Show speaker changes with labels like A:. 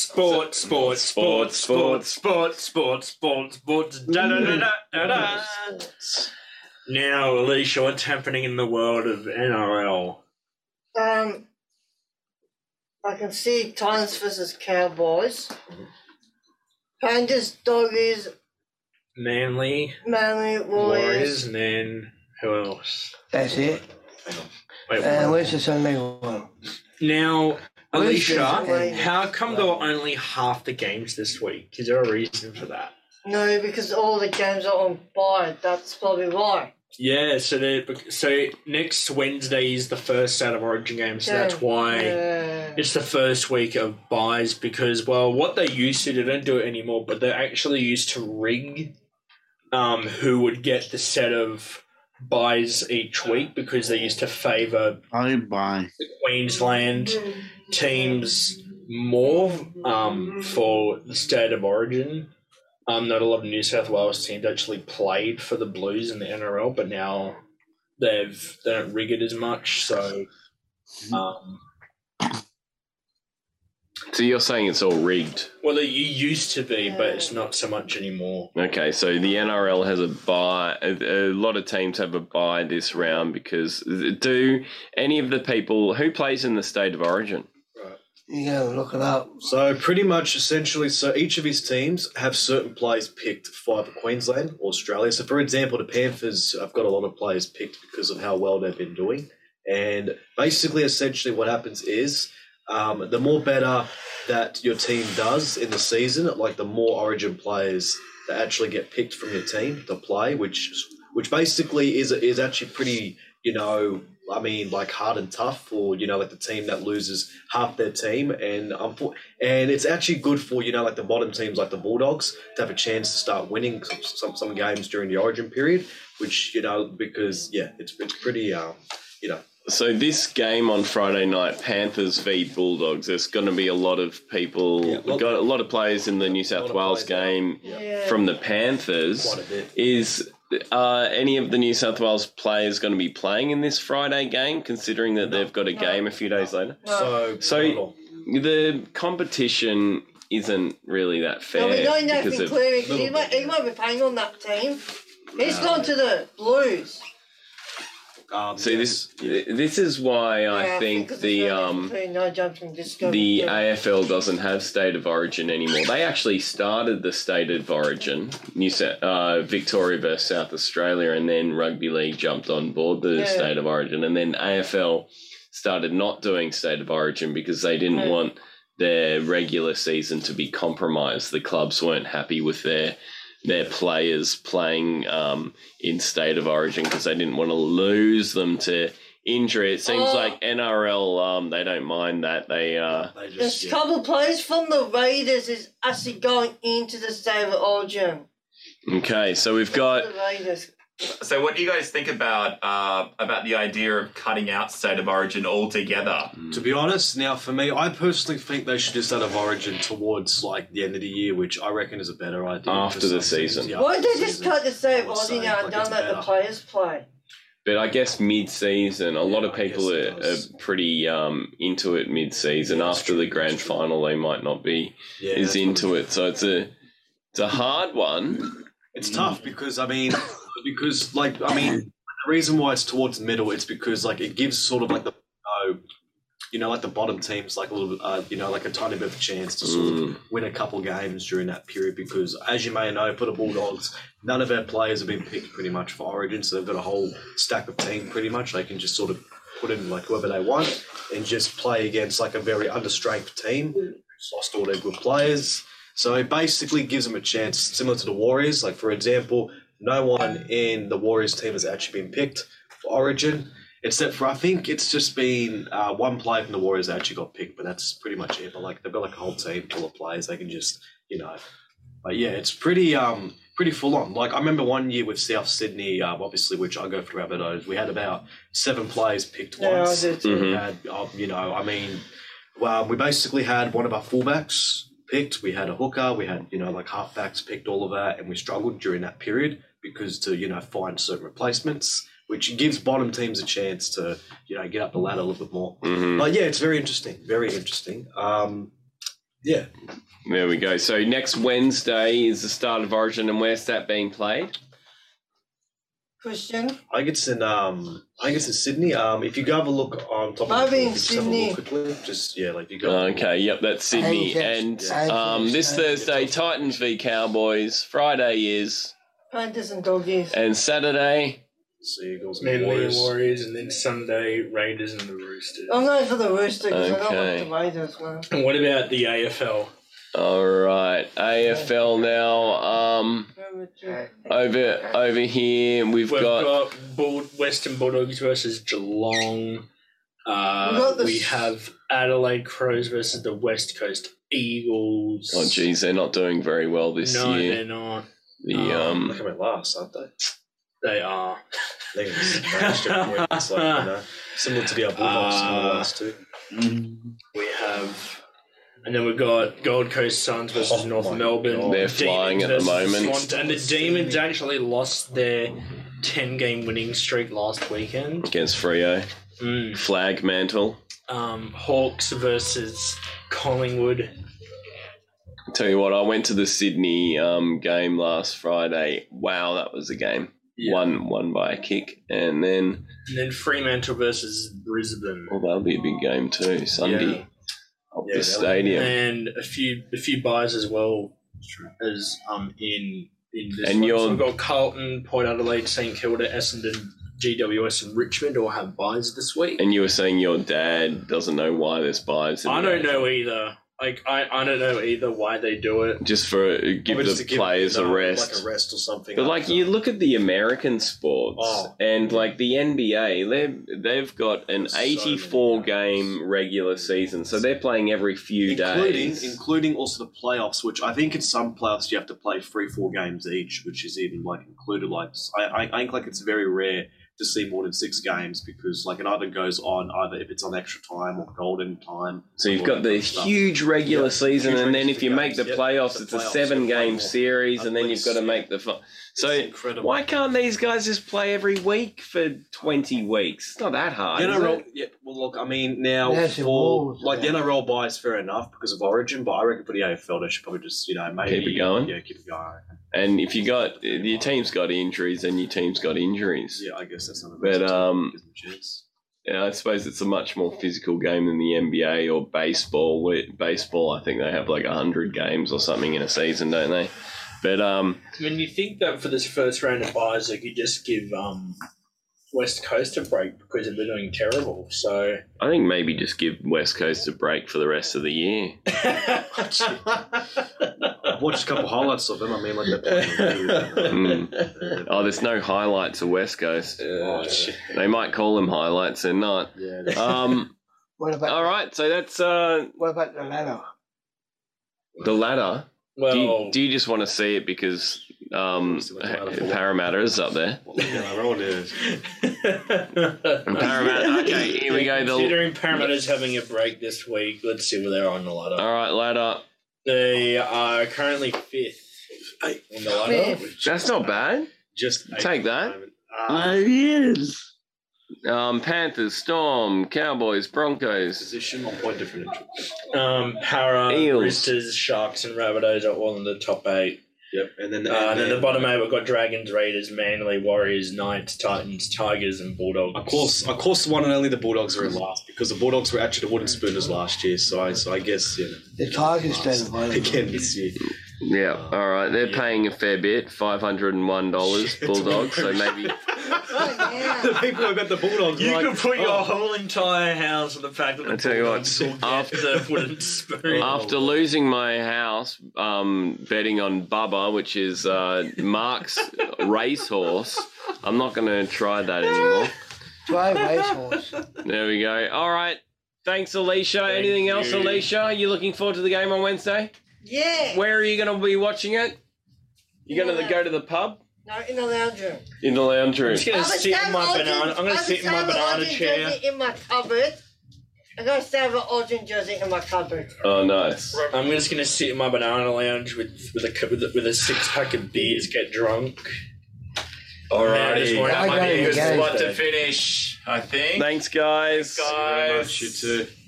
A: Sports, sports, sports, sports, sports, sports, sports, sports. Da, da, da, da, da, da. Now, Alicia, what's happening in the world of NRL?
B: Um, I can see Titans versus Cowboys. Panthers, Doggies,
A: Manly,
B: Manly,
A: Warriors,
B: Warriors.
A: and then who else?
C: That's it.
A: Wait,
C: Uh, where's the Sunday one?
A: now, Alicia,
B: Warriors.
A: how come there were only half the games this week? Is there a reason for that?
B: No, because all the games are on bye. That's probably why.
A: Yeah, so they so next Wednesday is the first set of Origin games, so that's
B: Yeah.
A: why
B: Yeah.
A: it's the first week of buys because well, what they used to they don't do it anymore, but they actually used to rig um, who would get the set of buys each week because they used to favour
D: Oh, bye.
A: the Queensland teams more um, for the state of origin. Um, not a lot of New South Wales teams actually played for the Blues in the NRL, but now they've they don't rig it as much. So um,
E: So you're saying it's all rigged?
A: Well, it you used to be, but it's not so much anymore.
E: Okay, so the NRL has a buy. A, a lot of teams have a buy this round because do any of the people who plays in the state of origin?
C: You gotta look it up.
F: So pretty much essentially, so each of his teams have certain players picked five for Queensland or Australia. So for example, the Panthers have got a lot of players picked because of how well they've been doing. And basically, essentially, what happens is um, the more better that your team does in the season, like the more Origin players that actually get picked from your team to play, which which basically is is actually pretty, you know, I mean, like hard and tough for you know, like the team that loses half their team, and um, for- and it's actually good for you know, like the bottom teams, like the Bulldogs, to have a chance to start winning some some, some games during the Origin period, which you know, because yeah, it's it's pretty. Uh,
E: So this game on Friday night, Panthers v Bulldogs. There's going to be a lot of people.
F: Yeah, lot-
E: got a lot of players in the New
F: lot
E: South
F: of
E: Wales
F: players.
E: game
B: Yeah.
E: from the Panthers.
F: Quite a bit.
E: Is uh, any of the New South Wales players going to be playing in this Friday game? Considering that they've got a game a few days later,
F: So,
E: So- the competition isn't really that fair
B: Now we don't know
E: because
B: if
E: of
B: Cleary, he,
F: little
B: might,
F: bit.
B: he might be playing on that team. He's gone to the Blues.
F: um,
E: So
F: yes.
E: this this is why I
B: Yeah,
E: think
B: because
E: the
B: it's only
E: um
B: between no jump from disco
E: the
B: to-
E: AFL doesn't have state of origin anymore. They actually started the state of origin, New Sa- uh, Victoria versus South Australia, and then rugby league jumped on board the
B: Yeah.
E: state of origin, and then AFL started not doing state of origin because they didn't
B: Yeah.
E: want their regular season to be compromised. The clubs weren't happy with their their players playing um, in state of origin because they didn't want to lose them to injury. It seems
B: Oh.
E: like NRL um, they don't mind that they uh,
F: They just-
B: There's
F: yeah.
B: couple players from the Raiders is actually going into the state of origin.
E: okay. So we've got
B: The Raiders.
G: So, what do you guys think about uh, about the idea of cutting out state of origin altogether?
F: To be honest, now for me, I personally think they should just out of origin towards like the end of the year, which I reckon is a better idea.
E: After
F: for some
E: the season.
F: teams. Yeah,
B: Why
F: after
B: don't
F: the
B: they just
F: season.
B: cut the state of
F: I would
B: origin
F: say,
B: out and
F: like,
B: don't
F: it's
B: let the
F: better.
B: players play?
E: But I guess mid-season, a lot
F: Yeah,
E: of
F: I guess
E: people
F: it
E: are,
F: does.
E: are pretty um, into it mid-season.
F: Yeah, that's
E: After the
F: true,
E: grand
F: that's true.
E: final, they might not be
F: Yeah,
E: as
F: that's
E: into
F: probably-
E: it. So it's a it's a hard one.
F: It's tough because I mean, because like I mean, the reason why it's towards the middle, it's because like it gives sort of like the, uh, you know, like the bottom teams like a little, bit, uh, you know, like a tiny bit of a chance to sort of
E: Mm.
F: win a couple games during that period because, as you may know, for the Bulldogs, none of their players have been picked pretty much for Origin, so they've got a whole stack of team pretty much. They can just sort of put in like whoever they want and just play against like a very understrength team
B: Mm.
F: who's lost all their good players. So it basically gives them a chance, similar to the Warriors. Like for example, no one in the Warriors team has actually been picked for Origin. Except for, I think it's just been uh, one player from the Warriors that actually got picked, but that's pretty much it. But like they've got like a whole team full of players, they can just you know. But yeah, it's pretty um pretty full on. Like I remember one year with South Sydney, um, obviously, which I go for the Rabbitohs. We had about seven players picked
B: Yeah, I
F: once.
B: do too.
E: Mhm.
F: We had, um, you know, I mean, well, we basically had one of our fullbacks picked. We had a hooker. We had, you know, like halfbacks picked, all of that. And we struggled during that period because to, you know, find certain replacements, which gives bottom teams a chance to, you know, get up the ladder a little bit more.
E: Mhm.
F: But yeah, it's very interesting. Very interesting. Um, yeah.
E: There we go. So next Wednesday is the start of Origin, and where's that being played?
B: Christian.
F: I think it's in um, I think it's in Sydney. Um, if you go have a look on top of
B: Might
F: the
B: be in
F: if you just have a
B: Sydney.
F: look quickly, just yeah, like if you go.
E: Oh, Okay, yep, that's Sydney. And
F: Angels.
E: um, this
C: Angels.
E: Thursday, Titans v Cowboys. Friday is,
B: Panthers and doggies.
E: and Saturday.
F: Seagulls and
A: Manly and
F: Warriors.
A: Warriors, and then Sunday Raiders and the Roosters.
B: I'm going for the rooster because I don't
E: Okay.
B: like the Raiders, man.
A: And what about the AFL?
E: All right, AFL now. Um, over over here, we've
A: We've
E: got
A: got, Bull, Western Bulldogs versus Geelong.
B: We've
A: Uh,
B: got the
A: we
B: s-
A: have Adelaide Crows versus the West Coast Eagles.
E: Oh, geez, they're not doing very well this
A: no,
E: year.
A: they're not.
E: The
F: They're
E: um,
F: coming last, aren't they?
A: They are.
F: They're gonna smash everyone. It's like, you know, similar to the other Bulldogs in the
A: Uh,
F: last two.
A: We have, and then we've got Gold Coast Suns versus
F: Oh
A: North
F: my
A: Melbourne.
F: God.
E: They're
A: Demons
E: flying at the
A: versus
E: moment.
A: Swans. and the Demons actually lost their ten-game winning streak last weekend.
E: against Frio,
A: Mm.
E: flag mantle.
A: Um, Hawks versus Collingwood.
E: Tell you what, I went to the Sydney um, game last Friday. Wow, that was a game.
A: Yeah.
E: One one by a kick, and then
A: And then Fremantle versus Brisbane.
E: well, that'll be a big game too. Oh, Sunday
A: Yeah.
E: up the
F: Yeah, that'll-
E: stadium,
A: and a few a few buys as well as um in in this.
E: And
A: one.
E: you're-
A: So we've got Carlton, Point Adelaide, St Kilda, Essendon, GWS, and Richmond all have buys this week.
E: and you were saying your dad doesn't know why there's buys. in
A: I
E: the
A: don't
E: game.
A: know either. Like I, I don't know either why they do it.
E: Just for uh, give
F: Probably just
E: the
F: to give,
E: players
F: you know,
E: a rest.
F: like a rest or something.
E: But like
F: after.
E: you look at the American sports
F: Oh.
E: and like the NBA, they they've got an
F: So many
E: 84
F: games.
E: game regular season, so they're playing every few
F: including
E: days.
F: including also the playoffs, which I think in some playoffs you have to play three four games each, which is even like included. Like I, I, I think like it's very rare to see more than six games because like it either goes on either if it's on extra time or golden time.
E: so you've
F: all
E: got
F: that
E: the
F: kind of stuff.
E: huge regular
F: Yeah,
E: season,
F: huge
E: and then
F: regular
E: if you make the
F: games, yeah.
E: playoffs,
F: The
E: it's a
F: playoffs,
E: seven
F: yeah,
E: game
F: more.
E: series, and then you've
F: Athletes,
E: got to
F: yeah.
E: make the. Fi-
F: It's
E: so
F: incredible.
E: why can't these guys just play every week for 20 weeks? It's not that hard.
F: The
E: is it?
F: NRL, yeah, well, look, I mean, now
C: Yes, it
F: for
C: was,
F: like the
C: yeah.
F: NRL buy is fair enough because of origin, but I reckon for the AFL they should probably just you know maybe
E: Keep it going.
F: Yeah, keep it going.
E: And if you got your team's got injuries, then your team's got injuries.
F: Yeah, I guess that's not.
E: But, um,
F: give them a chance.
E: Yeah, I suppose it's a much more physical game than the NBA or baseball. Where baseball, I think they have like hundred games or something in a season, don't they? But um,
A: I mean, you think that for this first round of buys, they could just give um West Coast a break because they're doing terrible. So
E: I think maybe just give West Coast a break for the rest of the year.
F: I've watched a couple highlights of them. I mean, like they're playing.
E: Mm. Oh, there's no highlights of West Coast.
A: uh,
F: Oh, shit.
E: They might call them highlights, they're not.
F: Yeah, that's-
E: Um,
C: What about
E: all right, so that's uh,
C: what about the ladder?
E: the ladder.
A: well,
E: Do you, do you just want to see it because um, Parramatta is up there?
F: Well, look at our own, uh,
E: And Parramatta. Okay, here we go. The,
A: Considering Parramatta's having a break this week, let's see where they're on the ladder.
E: all right, ladder.
A: They are currently fifth on the ladder.
B: Fifth.
E: That's not bad.
F: Just
E: Take that. Mm.
F: Uh,
E: Um, Panthers, Storm, Cowboys, Broncos.
F: position on point differential.
A: Um, Para,
E: Eels.
A: Roosters, Sharks, and Rabbitohs are all in the top eight.
F: Yep, and then
A: Uh, and then the bottom eight, we've got Dragons, Raiders, Manly, Warriors, Knights, Titans, Tigers, and Bulldogs.
F: Of course, of course, one and only the Bulldogs are in last because the Bulldogs were actually the wooden spooners last year. So I, so I guess you know,
C: The Tigers stand by them.
F: again this year.
E: Yeah, all right. They're
A: Yeah.
E: paying a fair bit, five hundred and one dollars Bulldogs. So maybe
B: yeah.
F: the people who bet the Bulldogs.
A: You
F: are
A: could
F: like,
A: put your
F: oh,
A: whole entire house on the fact that the
E: I tell you what,
A: Bulldogs will get
E: after-
A: the wooden spoon.
E: after losing my house, um, betting on Bubba, which is uh, Mark's racehorse. I'm not going to try that anymore.
C: Try racehorse.
E: There we go. All right. Thanks, Alicia. Anything else,
A: you.
E: Alicia? Are you looking forward to the game on Wednesday?
B: Yeah.
E: Where are you going to be watching it? You going to
B: Yeah.
E: go to the pub?
B: No, in the lounge room.
E: In the lounge
A: I'm
E: room.
A: just gonna
B: I would
A: sit in
B: save
A: my
B: Origin-
A: banana. I'm
B: I
A: gonna
B: would
A: sit in my
B: save an
A: banana
B: Origin
A: chair.
B: jersey In my cupboard. I'm gonna save an Origin jersey in my cupboard.
E: Oh, nice.
A: I'm just gonna sit in my banana lounge with with a cu- with a, with a six pack of beers, get drunk.
G: Alrighty.
A: Yeah,
G: That might be a
C: yeah,
G: good
C: yeah.
G: spot to finish, I think.
E: Thanks, guys.
G: Guys.
F: very much, you too.